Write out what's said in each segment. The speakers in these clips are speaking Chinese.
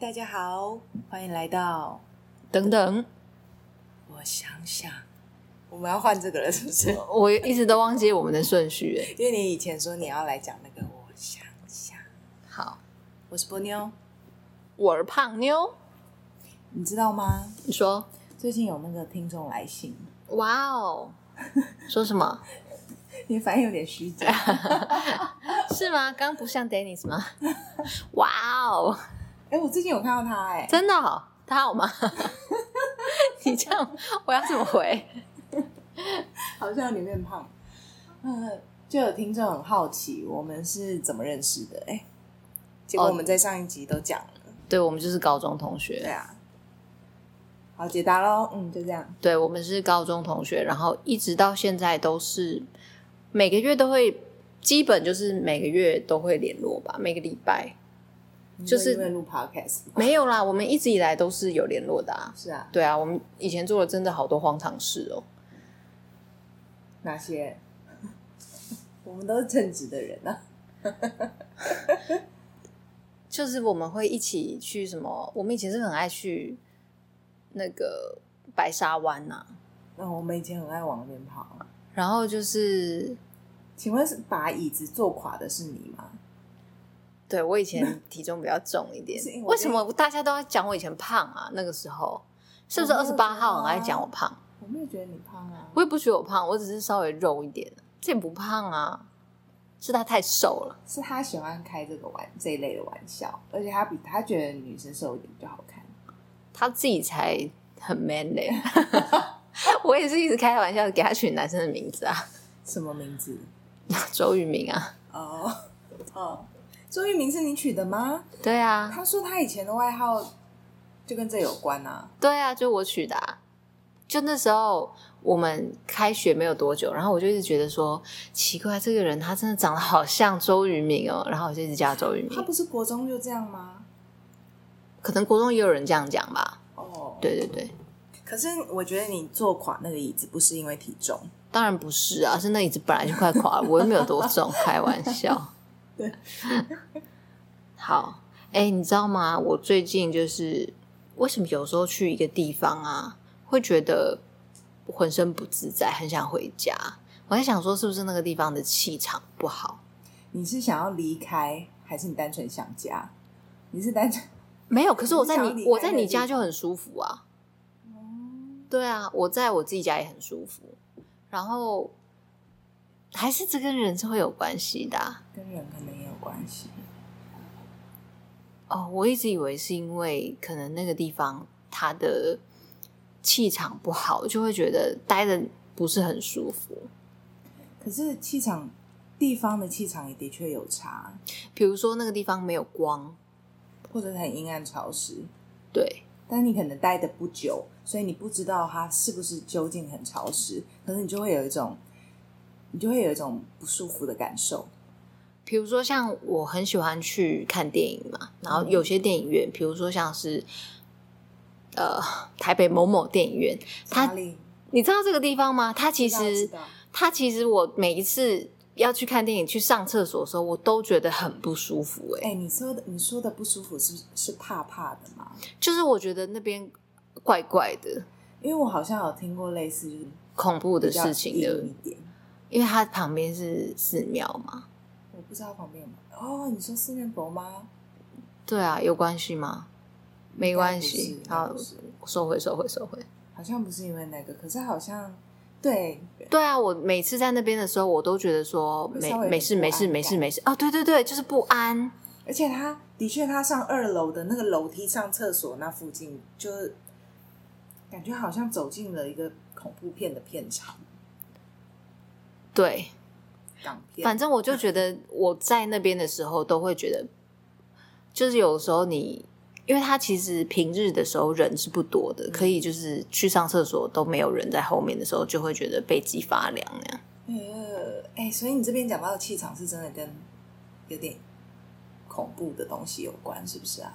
大家好，欢迎来到。等等，我想想，我们要换这个了，是不是？我一直都忘记我们的顺序欸耶。因为你以前说你要来讲那个，我想想。好，我是波妞，我是胖妞，你知道吗？你说，最近有那个听众来信，哇哦，说什么？你反应有点虚假。 是吗？刚不像 Dennis 吗？哇哦，哎、我最近有看到他、哎，真的哦、他好吗？ 你这样，我要怎么回？好像有点胖。嗯，就有听众很好奇我们是怎么认识的，哎、结果哦我们在上一集都讲了。对，我们就是高中同对学，啊，好，解答喽。嗯，就这样。对，我们是高中同学，然后一直到现在都是每个月都会，基本就是每个月都会联络吧，每个礼拜。就是你说因为录 podcast，没有啦，我们一直以来都是有联络的啊。是啊，对啊，我们以前做了真的好多荒唐事哦。哪些？我们都是正直的人啊。就是我们会一起去什么，我们以前是很爱去那个白沙湾呐、那、我们以前很爱往那边跑。然后就是请问是把椅子坐垮的是你吗？对我以 前体重比较重一点是因为，我为什么大家都要讲我以前胖啊？那个时候是不是我二没十有八觉得号很爱啊讲我胖？我没有觉得你胖啊。我也不觉得我胖，我只是稍微肉一点，这也不胖啊，是他太瘦了。是他喜欢开这个玩这一类的玩笑，而且他比他觉得女生瘦一点比较好看。他自己才很 man 嘞、 我也是一直开玩笑给他取男生的名字啊，什么名字？周渝民啊，哦哦， 周渝民是你取的吗？对啊，他说他以前的外号就跟这有关啊。对啊，就我取的、啊。就那时候我们开学没有多久，然后我就一直觉得说奇怪，这个人他真的长得好像周渝民哦，然后我就一直叫他周渝他民。不是国中就这样吗？可能国中也有人这样讲吧，哦，。对对对，可是我觉得你坐垮那个椅子不是因为体重，当然不是啊，是那椅子本来就快垮了，我又没有多重，开玩笑。对，好，哎、你知道吗？我最近就是为什么有时候去一个地方啊，会觉得浑身不自在，很想回家。我在想说，是不是那个地方的气场不好？你是想要离开，还是你单纯想家？你是单纯？没有，可是我在你想离你开我在那个你地方家就很舒服啊。对啊，我在我自己家也很舒服。然后还是这跟人是会有关系的啊、跟人可能也有关系。哦，我一直以为是因为可能那个地方它的气场不好，就会觉得待的不是很舒服。可是气场，地方的气场也的确有差，比如说那个地方没有光，或者很阴暗潮湿，对但你可能待的不久，所以你不知道它是不是究竟很潮湿，可是你就会有一种，你就会有一种不舒服的感受。比如说像我很喜欢去看电影嘛，然后嗯有些电影院，比如说像是呃台北某某电影院，它哪里？你知道这个地方吗？它其知道知实道它其实我每一次要去看电影去上厕所的时候，我都觉得很不舒服、欸，哎、你说的你说的不舒服是是怕怕的吗？就是我觉得那边怪怪的。因为我好像有听过类似就是恐怖比的较事情硬的一，点，因为它旁边是寺庙嘛。我不知道旁边有没有。哦，你说四面佛吗？对啊，有关系吗？没关系应，该好不，是应该不是收回，收回，收回。好像不是因为那个，可是好像对，对啊，我每次在那边的时候，我都觉得说会没稍微有没事点不没安事没事没事啊，对对对，就是不安。而且他的确他上二楼的那个楼梯上厕所那附近，就是感觉好像走进了一个恐怖片的片场，对，港片。反正我就觉得我在那边的时候，都会觉得，就是有时候你，因为它其实平日的时候人是不多的，嗯可以就是去上厕所都没有人在后面的时候，就会觉得背脊发凉那样。呃，哎、所以你这边讲到的气场是真的跟有点恐怖的东西有关，是不是啊？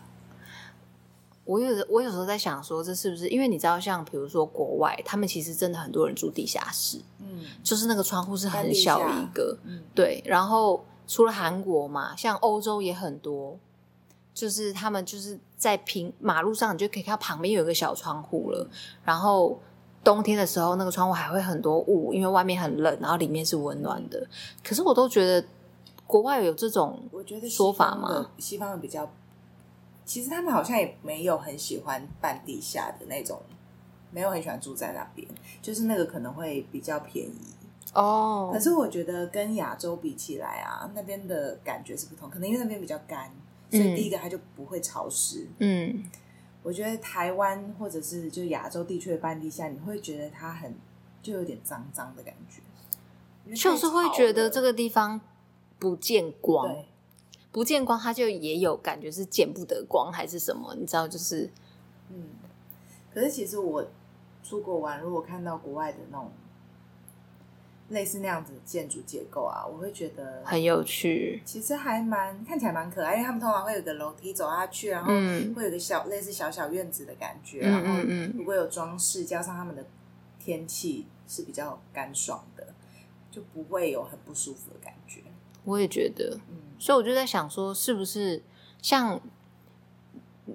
我有我有时候在想说，这是不是因为你知道，像比如说国外，他们其实真的很多人住地下室，嗯就是那个窗户是很小一个，嗯，对。然后除了韩国嘛，像欧洲也很多，就是他们就是在平马路上，你就可以看到旁边有一个小窗户了。然后冬天的时候，那个窗户还会很多雾，因为外面很冷，然后里面是温暖的。可是我都觉得国外有这种我觉得西说法方的吗？西方的比较，其实他们好像也没有很喜欢办地下的那种，没有很喜欢住在那边，就是那个可能会比较便宜。哦可是我觉得跟亚洲比起来啊，那边的感觉是不同，可能因为那边比较干，所以嗯第一个它就不会潮湿。嗯，我觉得台湾或者是就亚洲地区的半地下，你会觉得它很就有点脏脏的感觉，因为太就是会觉得这潮了个地方不见光，对不见光，它就也有感觉是见不得光还是什么，你知道，就是嗯，可是其实我出国玩，如果看到国外的那种类似那样子的建筑结构啊，我会觉得很有趣。其实还蛮看起来蛮可爱，因为他们通常会有个楼梯走下去，然后嗯会有个小类似小小院子的感觉，嗯然后嗯嗯，如果有装饰，加上他们的天气是比较干爽的，就不会有很不舒服的感觉。我也觉得。嗯，所以我就在想说，是不是像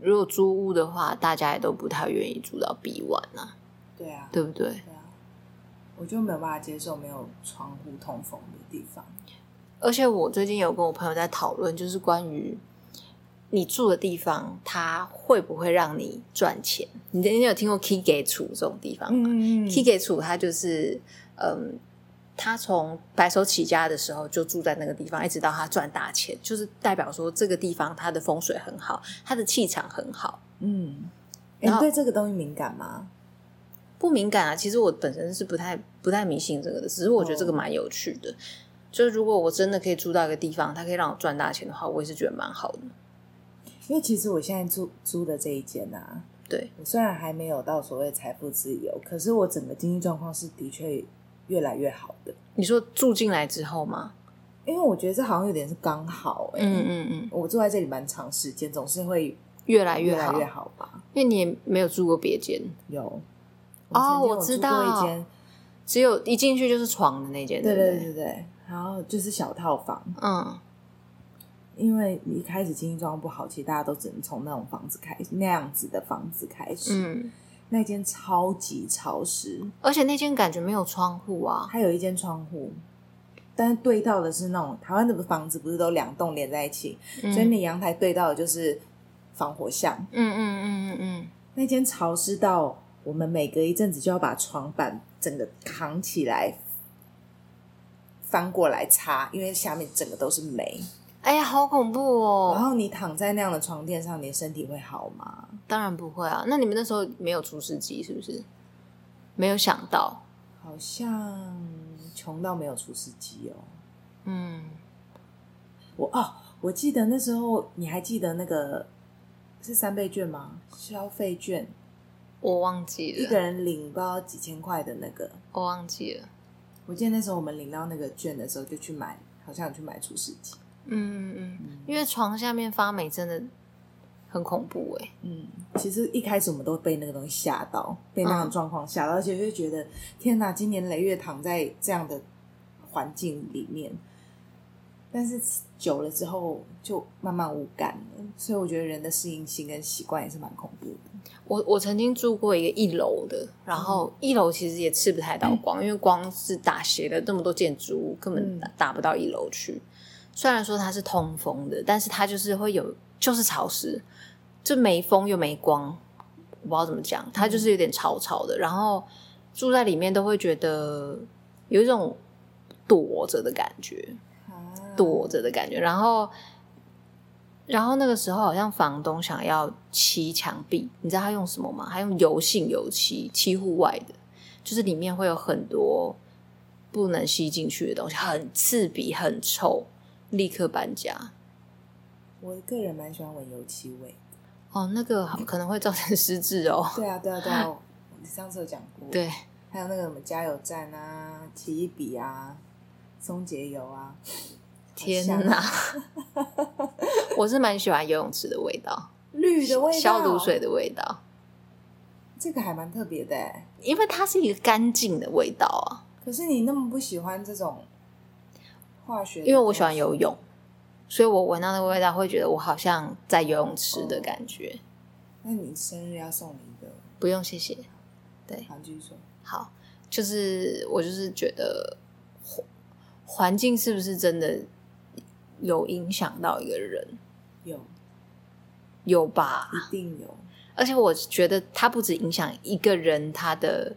如果租屋的话，大家也都不太愿意住到 B one 啊，对啊，对不对？对啊，我就没有办法接受没有窗户通风的地方。而且我最近有跟我朋友在讨论，就是关于你住的地方，它会不会让你赚钱？你你有听过 Key 给处这种地方吗？嗯 k i g e 楚他就是，嗯，他从白手起家的时候就住在那个地方，一直到他赚大钱，就是代表说这个地方它的风水很好，它的气场很好，嗯，然你后对这个东西敏感吗？不敏感啊。其实我本身是不太不太迷信这个的，只是我觉得这个蛮有趣的。就是如果我真的可以住到一个地方，它可以让我赚大钱的话，我也是觉得蛮好的。因为其实我现在租租的这一间啊，对，我虽然还没有到所谓财富自由，可是我整个经济状况是的确越来越好的。你说住进来之后吗？因为我觉得这好像有点是刚好哎、嗯嗯嗯，我住在这里蛮长时间，总是会越来越越来好，越好吧？因为你也没有住过别间，有哦我我曾知经有住过道一间，只有一进去就是床的那间，对不对对对，然后就是小套房，嗯。因为一开始经济状况不好，其实大家都只能从那种房子开始，那样子的房子开始。嗯那间超级潮湿，而且那间感觉没有窗户啊，它有一间窗户，但是对到的是那种台湾的房子，不是都两栋连在一起，嗯所以你阳台对到的就是防火巷。嗯嗯嗯嗯那间潮湿到我们每隔一阵子就要把床板整个扛起来，翻过来擦，因为下面整个都是霉。嗯，哎呀，好恐怖然哦！后你躺在那样的床垫上，你的身体会好吗？当然不会啊，那你们那时候没有除湿机是不是？没有想到，好像穷到没有除湿机哦。嗯，我哦，我记得那时候你还记得那个是三倍券吗？消费券，我忘记一了，个人领不知道几千块的那个。我忘记了，我记得那时候我们领到那个券的时候，就去买，好像有去买除湿机。嗯嗯，嗯，因为床下面发霉真的很恐怖哎、嗯，其实一开始我们都被那个东西吓到，被那嗯种状况吓到，而且就觉得天哪，今年雷月躺在这样的环境里面，但是久了之后就慢慢无感了，所以我觉得人的适应性跟习惯也是蛮恐怖的。我我曾经住过一个一楼的，然后一楼其实也吃不太到光，因为光是打斜了那么多建筑物，根本嗯打打不到一楼去。虽然说它是通风的，但是它就是会有，就是潮湿，就没风又没光，我不知道怎么讲，它就是有点潮潮的。然后住在里面都会觉得有一种躲着的感觉，啊躲着的感觉。然后，然后那个时候好像房东想要漆墙壁，你知道他用什么吗？他用油性油漆漆户外的，就是里面会有很多不能吸进去的东西，很刺鼻，很臭，立刻搬家。我个人蛮喜欢闻油漆味。哦，那个好可能会造成失智哦。对啊，对啊，对啊，我你上次有讲过。，对，还有那个什么加油站啊、奇异笔啊、松节油啊，天好香哪！ 我是蛮喜欢游泳池的味道，绿的味道，消毒水的味道，这个还蛮特别的欸、因为它是一个干净的味道啊。可是你那么不喜欢这种化学的东西，因为我喜欢游泳，所以我闻到那个味道，会觉得我好像在游泳池的感觉。那你生日要送你一个，不用谢谢，好，继续说。好，就是我就是觉得环环境是不是真的有影响到一个人？有，有吧？一定有。而且我觉得它不止影响一个人他的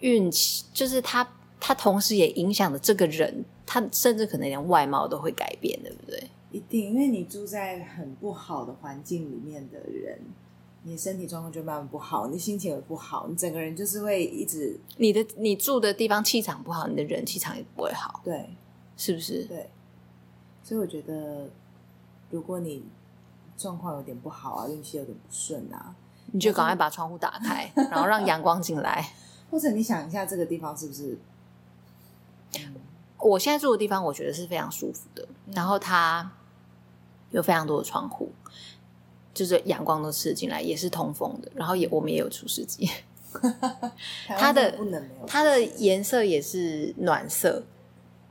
运气，就是他他同时也影响了这个人，他甚至可能连外貌都会改变，对不对？一定，因为你住在很不好的环境里面的人，你身体状况就慢慢不好，你心情也不好，你整个人就是会一直你的你住的地方气场不好，你的人气场也不会好，对是不是？对。所以我觉得，如果你状况有点不好啊，运气有点不顺啊，你就赶快把窗户打开，然后让阳光进来。或者你想一下这个地方是不是？嗯我现在住的地方，我觉得是非常舒服的。然后它有非常多的窗户，就是阳光都射进来，也是通风的。然后也我们也有除湿机，台湾它的真不能没有它的颜色也是暖色。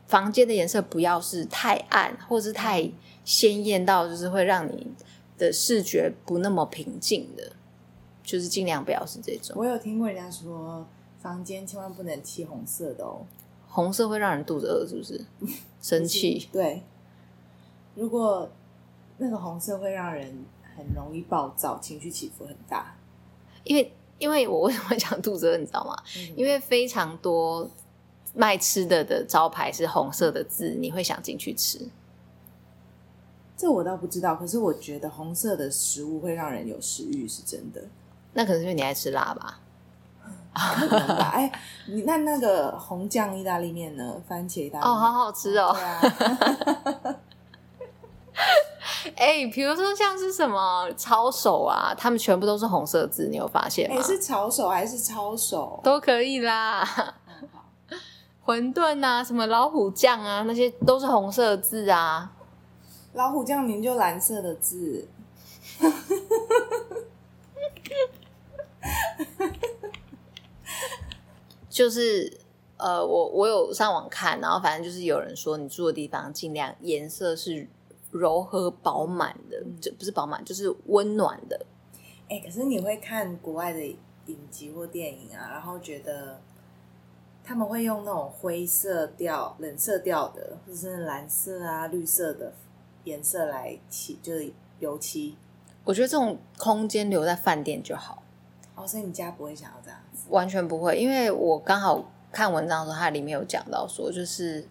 房间的颜色不要是太暗，或是太鲜艳到就是会让你的视觉不那么平静的，就是尽量不要是这种。我有听过人家说，房间千万不能漆红色的哦。红色会让人肚子饿，是不是？生气。对，如果那个红色会让人很容易暴躁，情绪起伏很大。因为因为我为什么会讲肚子饿，你知道吗？因为为非常多卖吃的的招牌是红色的字，你会想进去吃。这我倒不知道，可是我觉得红色的食物会让人有食欲，是真的。那可能是因为你爱吃辣吧？可能吧哎，你那那个红酱意大利面呢？番茄意大利哦，面好好吃哦对！啊，嗯哎、比如说像是什么抄手啊，他们全部都是红色字，你有发现哎、吗？是炒手还是抄手？都可以啦，嗯好 馄饨啊，什么老虎酱啊，那些都是红色字啊。老虎酱明明就蓝色的字，就是呃，我我有上网看，然后反正就是有人说，你住的地方尽量颜色是柔和饱满的，嗯这、不是饱满，就是温暖的。哎、可是你会看国外的影集或电影啊，然后觉得他们会用那种灰色调、冷色调的，或者是蓝色啊、绿色的颜色来漆，就是油漆。我觉得这种空间留在饭店就好，哦，所以你家不会想要这样子。完全不会，因为我刚好看文章的时候，它里面有讲到说，就是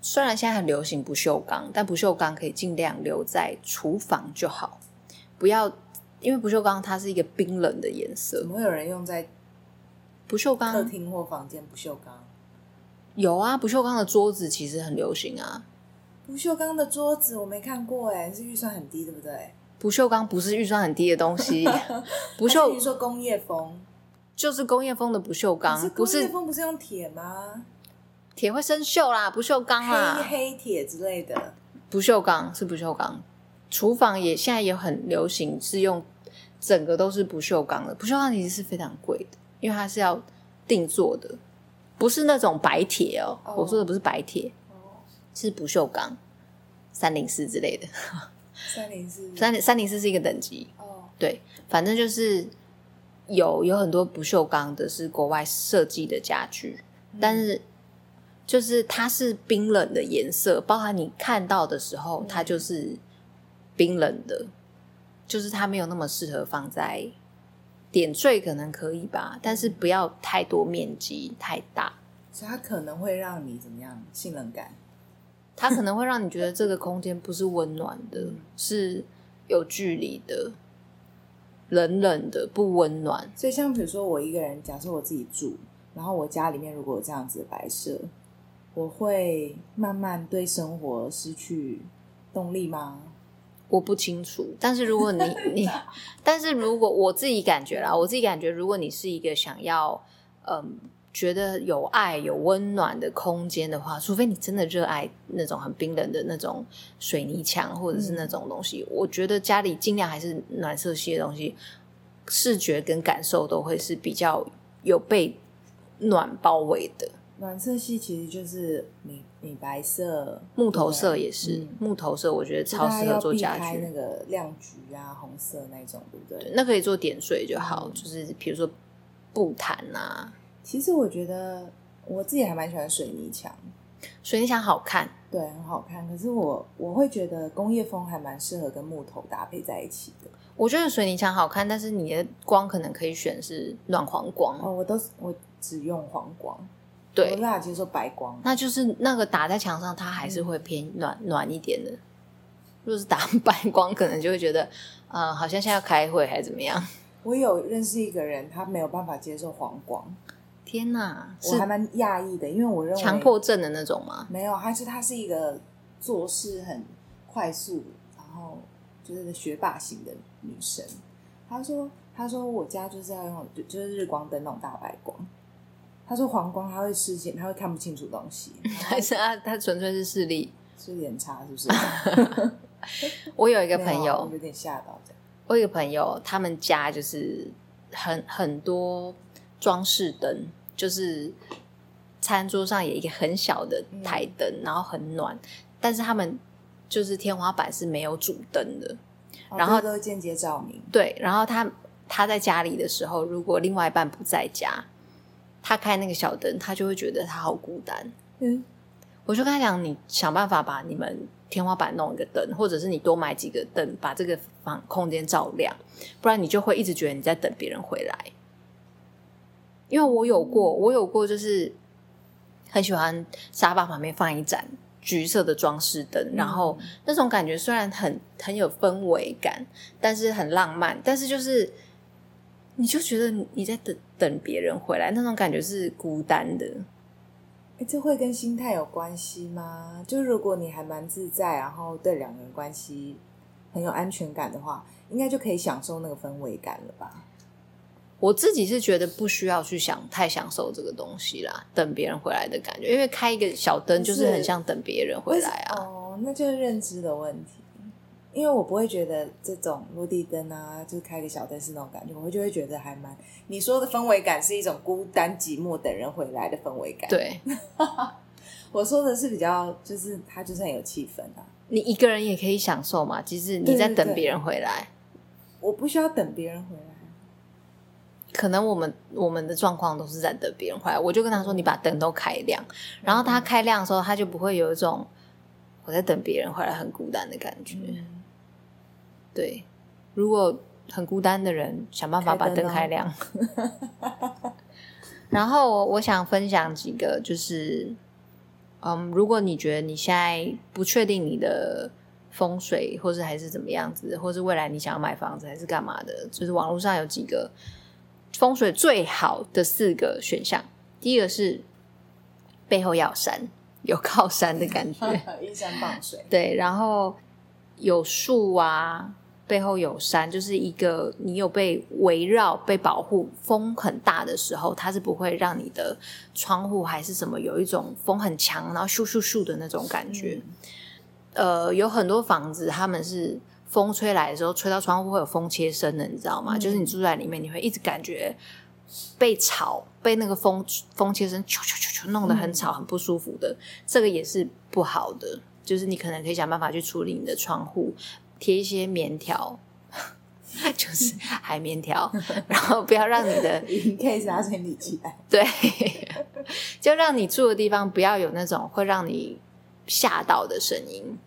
虽然现在很流行不锈钢，但不锈钢可以尽量留在厨房就好，不要因为不锈钢它是一个冰冷的颜色怎，么会有人用在不锈客钢厅或房间不锈钢？有啊，不锈钢的桌子其实很流行啊，不锈钢的桌子我没看过、哎，是预算很低，对不对？不锈钢不是预算很低的 东西，还不是你锈说工业风，就是工业风的不锈可钢，是不工业是风不是用铁吗？铁会生锈啦，不锈钢黑啦，黑铁之类的，不锈钢是不锈钢。厨房也现在也很流行，是用整个都是不锈钢的，不锈钢其实是非常贵的，因为它是要定做的，不是那种白铁哦。哦我说的不是白铁，哦，是不锈钢，三零四之类的。三零四三三零四是一个等级，哦，对，反正就是有有很多不锈钢的是国外设计的家具，嗯但是就是它是冰冷的颜色，包含你看到的时候，它就是冰冷的，就是它没有那么适合放在点缀，可能可以吧，但是不要太多面积太大，所以它可能会让你怎么样？性冷感，它可能会让你觉得这个空间不是温暖的嗯，是有距离的。冷冷的，不温暖，所以像比如说我一个人，假设我自己住，然后我家里面如果有这样子的摆设，我会慢慢对生活失去动力吗？我不清楚，但是如果 你你，但是如果我自己感觉啦，我自己感觉，如果你是一个想要嗯觉得有爱、有温暖的空间的话，除非你真的热爱那种很冰冷的那种水泥墙或者是那种东西，我觉得家里尽量还是暖色系的东西，视觉跟感受都会是比较有被暖包围的。暖色系其实就是米米白色、木头色对也是，嗯木头色我觉得就超大家适合要做避家开具，那个亮橘啊、红色那种，对不对？那可以做点缀就好，嗯就是比如说布毯啊，其实我觉得我自己还蛮喜欢水泥墙，水泥墙好看，对，很好看。可是我我会觉得工业风还蛮适合跟木头搭配在一起的。我觉得水泥墙好看，但是你的光可能可以选是暖黄光，哦，我都是我只用黄光，我对无，法接受白光。那就是那个打在墙上，它还是嗯会偏暖、暖一点的。如果是打 白光，可能就会觉得，呃，好像现在要开会还是怎么样。我有认识一个人，他没有办法接受黄光，天哪，我是还蛮讶异的，因为我认为强迫症的那种吗？ 没有，他是他是一个做事很快速，然后就是学霸型的女生。她说：“她说我家就是要用就就是日光灯那种大白光。”她说黄光她会视线，她会看不清楚东西， 还是他他纯粹是视力？是眼差是不是？我 有一个没有朋啊我友，有点吓到这样。我有一个朋友，他们家就是很很多装饰灯，就是餐桌上有一个很小的台灯，然后很暖，但是他们就是天花板是没有主灯的。哦然后这都是间接照明，对，然后他他在家里的时候，如果另外一半不在家，他开那个小灯，他就会觉得他好孤单。嗯，我就跟他讲，你想办法把你们天花板弄一个灯，或者是你多买几个灯，把这个房空间照亮，不然你就会一直觉得你在等别人回来。因为我有过，我有过，就是很喜欢沙发旁边放一盏橘色的装饰灯，然嗯后那种感觉虽然很很有氛围感，但是很浪漫，但是就是你就觉得你在等等别人回来，那种感觉是孤单的。诶这会跟心态有关系吗？就如果你还蛮自在，然后对两个人关系很有安全感的话，应该就可以享受那个氛围感了吧？我自己是觉得不需要去想太享受这个东西啦，等别人回来的感觉，因为开一个小灯就是很像等别人回来为什啊。哦，那就是认知的问题。因为我不会觉得这种落地灯啊，就是开个小灯是那种感觉，我就会觉得还蛮你说的氛围感是一种孤单寂寞等人回来的氛围感。，对我说的是比较，就是它就是很有气氛啊。你一个人也可以享受嘛，即使你在对对等对别人回来，我不需要等别人回来，可能我们我们的状况都是在等别人回来。我就跟他说，你把灯都开亮，然后他嗯开亮的时候，他就不会有一种我在等别人回来很孤单的感觉。嗯，对，如果很孤单的人，想办法把开灯灯哦开亮。 然后我我想分享几个，就是，嗯，如果你觉得你现在不确定你的风水，或是还是怎么样子，或是未来你想要买房子还是干嘛的，就是网络上有几个风水最好的四个选项。第一个是背后要有山，有靠山的感觉。 依山傍水，对，然后有树啊，背后有山，就是一个你有被围绕、被保护。风很大的时候，它是不会让你的窗户还是什么有一种风很强，然后咻咻咻的那种感觉。呃，有很多房子他们是。风吹来的时候，吹到窗户会有风切声的，你知道吗？嗯就是你住在里面，你会一直感觉被吵，被那个风风切声咻咻咻咻弄得很吵、很不舒服的。这个也是不好的，就是你可能可以想办法去处理你的窗户，贴一些棉条， 就是海绵条，然后不要让你的你可以 case 它先理起来。对，就让你住的地方不要有那种会让你吓到的声音。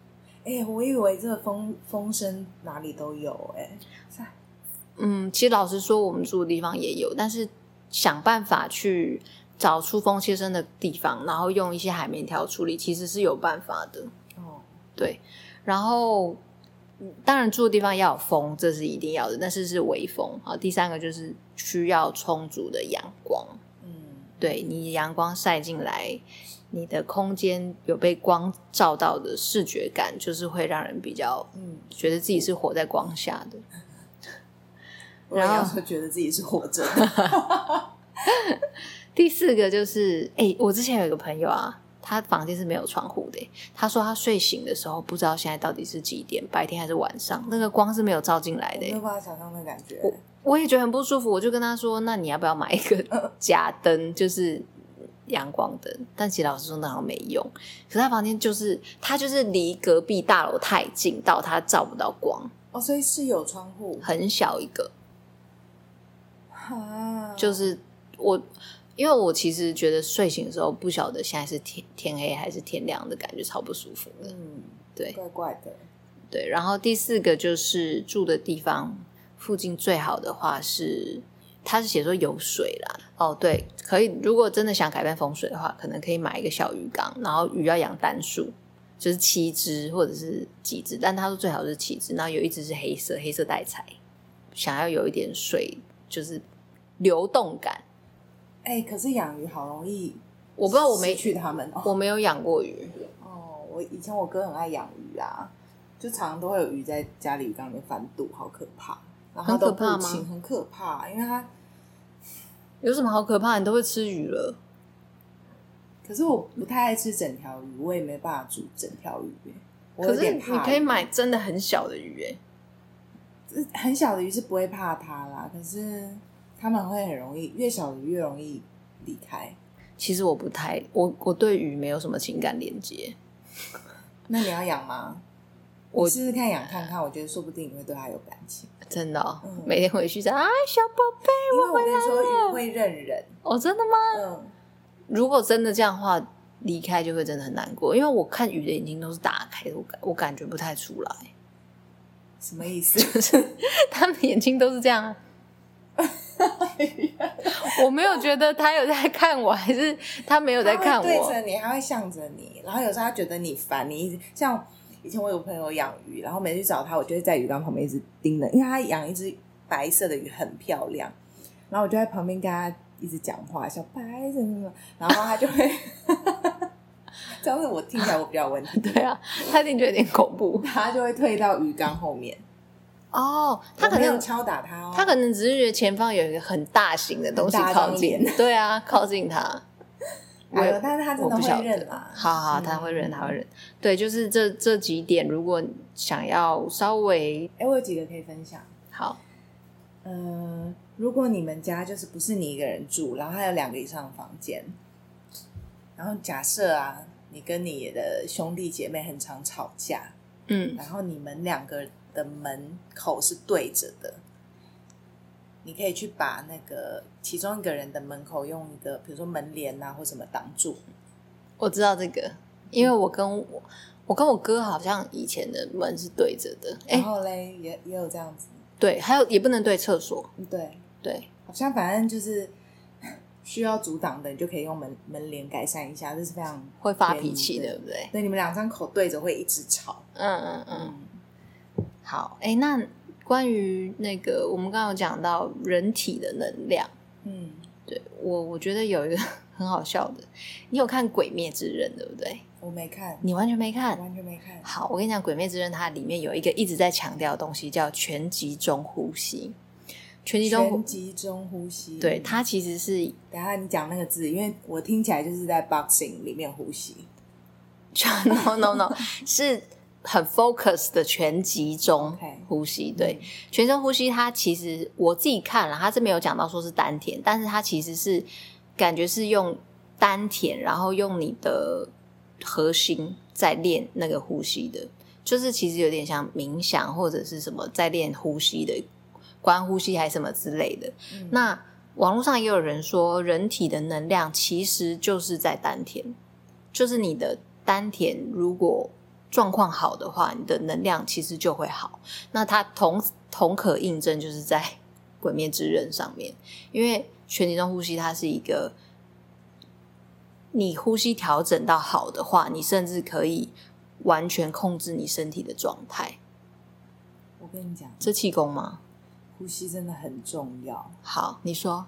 哎、我以为这个风风声哪里都有、哎，嗯，其实老实说，我们住的地方也有，但是想办法去找出风切声的地方，然后用一些海绵条处理，其实是有办法的。哦，对，然后嗯当然住的地方要有风，这是一定要的，但是是微风啊。第三个就是需要充足的阳光，嗯，对你阳光晒进来，你的空间有被光照到的视觉感，就是会让人比较嗯，觉得自己是活在光下的。我也然后要说觉得自己是活着的。第四个就是，哎、我之前有一个朋友啊，他房间是没有窗户的欸、他说他睡醒的时候不知道现在到底是几点，白天还是晚上，那个光是没有照进来的欸、我没有办法想象那感觉。我也觉得很不舒服，我就跟他说：“那你要不要买一个假灯？就是阳光灯，但其实老实说那好像没用。可是他房间就是他就是离隔壁大楼太近，到他照不到光，哦，所以是有窗户，很小一个。啊，就是我，因为我其实觉得睡醒的时候不晓得现在是天天黑还是天亮的感觉，超不舒服的。嗯，对怪怪的，对，然后第四个就是住的地方附近最好的话是，他是写说有水啦。哦，对，可以。如果真的想改变风水的话，可能可以买一个小鱼缸，然后鱼要养单数，就是七只或者是几只，但他说最好是七只，然后有一只是黑色，黑色带财，想要有一点水，就是流动感。哎、可是养鱼好容易，我不知道我没去他们哦我没有养过鱼，哦，我以前我哥很爱养鱼啊，就常常都会有鱼在家里鱼缸里面翻肚，好可怕。然后他都很可怕不吗清很可怕，因为他有什么好可怕？你都会吃鱼了。可是我不太爱吃整条鱼，我也没办法煮整条鱼耶，我可有是点你怕。可以买真的很小的鱼、欸，很小的鱼是不会怕它啦，可是他们会很容易，越小的鱼越容易离开。其实我不太，我我对鱼没有什么情感连接。那你要养吗？我你试试看养看看，我觉得说不定你会对它有感情。真的哦、嗯每天回去在啊，小宝贝，因为我跟你说，鱼会认人。哦，真的吗？嗯，如果真的这样的话，离开就会真的很难过，因为我看鱼的眼睛都是打开的，我感我感觉不太出 来，什么意思？他们眼睛都是 这样、啊。我没有觉得他有在看我，还是他没有在看它会对我。着你，它会向着你，然后有时候它觉得你烦，你一直像以前我有朋友养鱼，然后每次去找他，我就会在鱼缸旁边一直盯着，因为他养一只白色的鱼很漂亮，然后我就在旁边跟他一直讲话，小白什么什么，然后他就 会，这样子我听起来我比较有问题，对啊，他一定觉得有点恐怖他就会退到鱼缸后面，哦。他我可没能有敲打他哦，他可能只是觉得前方有一个很大型的东西很大靠张近，脸 对啊，靠近他。我哎呦但是他真我的不晓会得认啊，好好，他会认，他会认。嗯对，就是这这几点，如果想要稍微哎、我有几个可以分享。好，呃，如果你们家就是不是你一个人住，然后还有两个以上的房间，然后假设啊，你跟你的兄弟姐妹很常吵架，嗯，然后你们两个的门口是对着的，你可以去把那个其中一个人的门口用一个，比如说门帘啊或什么挡住，我知道这个，因为我跟我我跟我哥好像以前的门是对着的，哎、然后嘞也也有这样子，对，还有也不能对厕所，对，对，好像反正就是。 需要阻挡的，你就可以用门门帘改善一下，这是非常会发便宜脾气，的对不对？对，你们两张口对着会一直吵。嗯嗯嗯，，好，哎、那关于那个我们刚刚有讲到人体的能量。嗯，对我，我觉得有一个 很好笑的，你有看《鬼灭之刃》对不对？我没看，你完全没我看。完全没看。嗯好，我跟你讲，《鬼灭之刃》它里面有一个一直在强调的东西，叫全集中呼吸。全集中全呼，集中呼吸，对，它其实是等一下你讲那个字，因为我听起来就是在 boxing 里面呼吸。 no no no 是很 focus 的全集中 OK 嗯呼吸。对，全身呼吸它其实我自己看了，它是没有讲到说是丹田，但是它其实是感觉是用丹田，然后用你的核心在练那个呼吸的，就是其实有点像冥想或者是什么在练呼吸的，观呼吸还是什么之类的。嗯那网络上也有人说，人体的能量其实就是在丹田，就是你的丹田如果状况好的话，你的能量其实就会好。那它同同可印证就是在《鬼灭之刃》上面，因为全集中呼吸它是一个，你呼吸调整到好的话，你甚至可以完全控制你身体的状态。我跟你讲，这气功吗？呼吸真的很重要。好，你说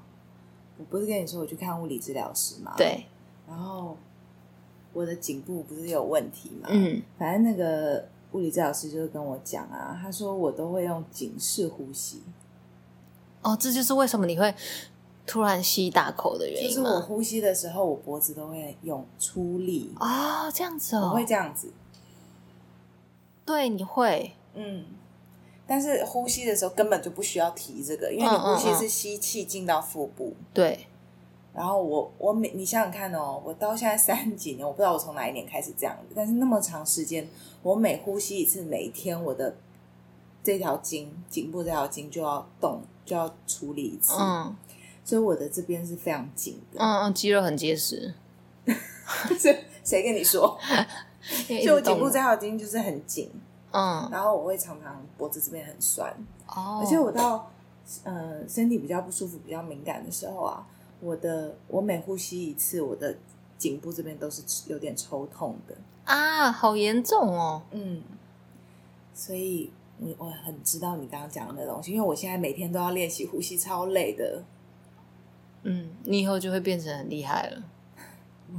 我不是跟你说我去看物理治疗师嘛？。对，然后我的颈部不是有问题嘛？。嗯反正那个物理治疗师就是跟我讲啊，他说我都会用颈式呼吸，哦，这就是为什么你会突然吸一大口的原就因是我吗？呼吸的时候，我脖子都会用出力，哦，这样子我哦会，这样子。对，你会，嗯，但是呼吸的时候根本就不需要提这个，因为你嗯嗯呼吸是吸气进到腹部，对，然后我我每你想想看哦，我到现在三十几年，我不知道我从哪一年开始这样的，但是那么长时间，我每呼吸一次，每一天我的这条筋颈部这条筋就要动，就要处理一次，嗯所以我的这边是非常紧的。 嗯嗯，肌肉很结实，谁谁跟你说？因 为一就我直颈动部这条筋就是很紧，嗯然后我会常常脖子这边很酸，哦，而且我到呃身体比较不舒服、比较敏感的时候啊，我的我每呼吸一次，我的颈部这边都是有点抽痛的。啊，好严重哦，嗯，所以嗯我我很知道你刚刚讲的那东西，因为我现在每天都要练习呼吸，超累的， 嗯，你以后就会变成很厉害了，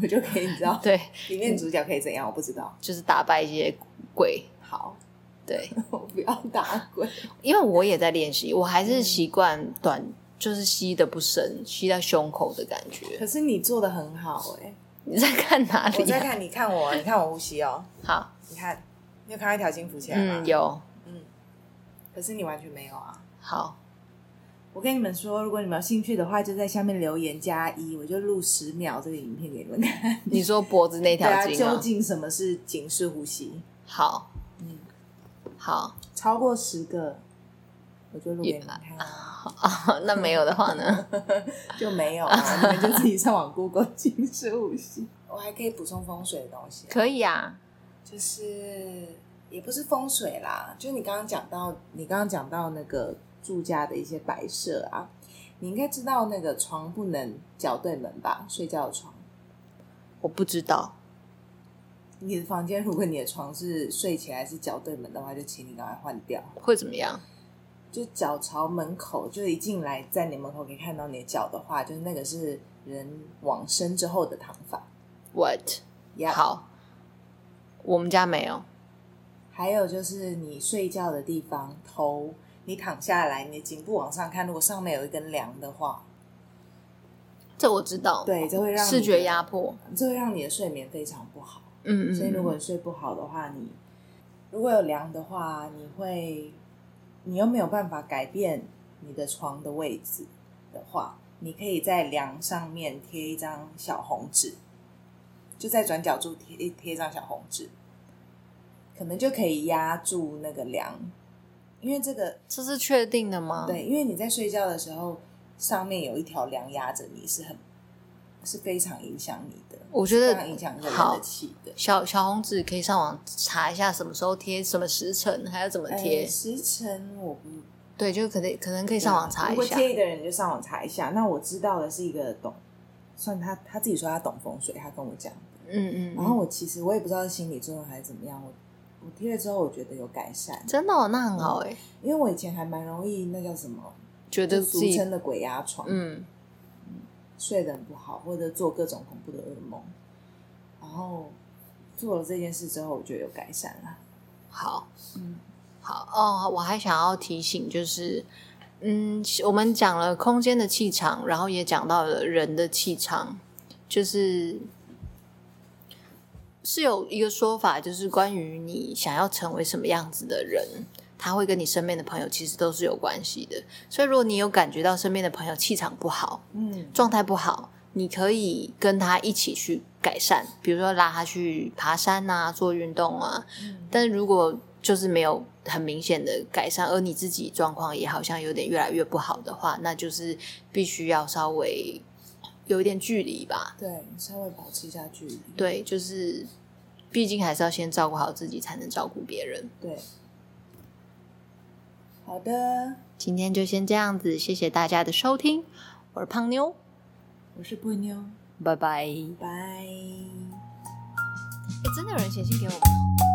我就可以你知 道对，里面主角可以怎样，我不知道。就是打败一些鬼，好， 对，我不要打滚。因为我也在练习，我还是嗯习惯短，就是吸的不深，吸在胸口的感 觉。可是你做的很好哎、你在看哪 我里、在啊？看，你看我，你看我呼吸哦，好，你看，你有看到一条筋浮起来吗？嗯，。有，可是你完全没有啊！好，我跟你们说，如果你们有兴趣的话，就在下面留言加一，我就录十秒这个影片给你们 看。你说脖子对那条啊，筋究吗？竟什么是警式呼吸？好，嗯，好超过十个，我就录给你们看啊，啊，那没有的 话呢？就没有啊，你们就自己上网 Google 警式呼吸。 我还可以补充风水的东西啊，可以啊，就是也不是风水啦，就是你刚刚讲到，你刚刚讲到那个住家的一些摆设啊，你应该知道那个床不能脚对门吧？睡觉的床，我不知道，你的房间如果你的床是睡起来是脚对门的话，就请你赶快换掉，会怎么样？就脚朝门口，就一进来在你门口可以看到你的脚的话，就是那个是人往生之后的躺法。 What？呀，好，我们家没有。还有就是你睡觉的地方，头你躺下来，你的颈部往上看，如果上面有一根梁的话，这我知道，对，这会让你的视觉压，迫，这会让你的睡眠非常不好。嗯嗯，所以如果嗯你睡不好的话，你如果有梁的话，你会你又没有办法改变你的床的位置的话，你可以在梁上面贴一张小红纸，就在转角处贴贴一张小红纸，可能就可以压住那个梁，因为这个这是确定的吗？，对，因为你在睡觉的时候，上面有一条梁压着你，是很是非常影响你的，我觉非得常影响一个人好的。气的。小小红纸可以上网查一下什么时候贴，什么时辰，还要怎么贴。呃时辰我不对，就可能可能可以上网查如一果下。介意的人就上网查一下。那我知道的是一个懂，算他他自己说他懂风水，他跟我讲。嗯嗯，然后我我其实我也不知道是心理作用还是怎么样，我我贴了之后我觉得有改善，真的、哦、那很好哎、因为我以前还蛮容易那叫什么，觉就得自俗己称的鬼压床，嗯睡得很不好，或者做各种恐怖的噩梦。然后做了这件事之后，我觉得有改善了。好嗯，好哦，我还想要提醒就是。嗯，我们讲了空间的气场，然后也讲到了人的气场，就是是有一个说法，就是关于你想要成为什么样子的人，他会跟你身边的朋友其实都是有关系的。所以，如果你有感觉到身边的朋友气场不好，嗯状态不好，你可以跟他一起去改善，比如说拉他去爬山啊，做运动啊。嗯但是如果就是没有很明显的改善，而你自己状况也好像有点越来越不好的话，那就是必须要稍微有一点距离吧。对，稍微保持一下距离。对，就是毕竟还是要先照顾好自己，才能照顾别人。对，好的，今天就先这样子，谢谢大家的收听，我是胖妞，我是布妞，拜拜。诶拜。真的有人写信给我们哦。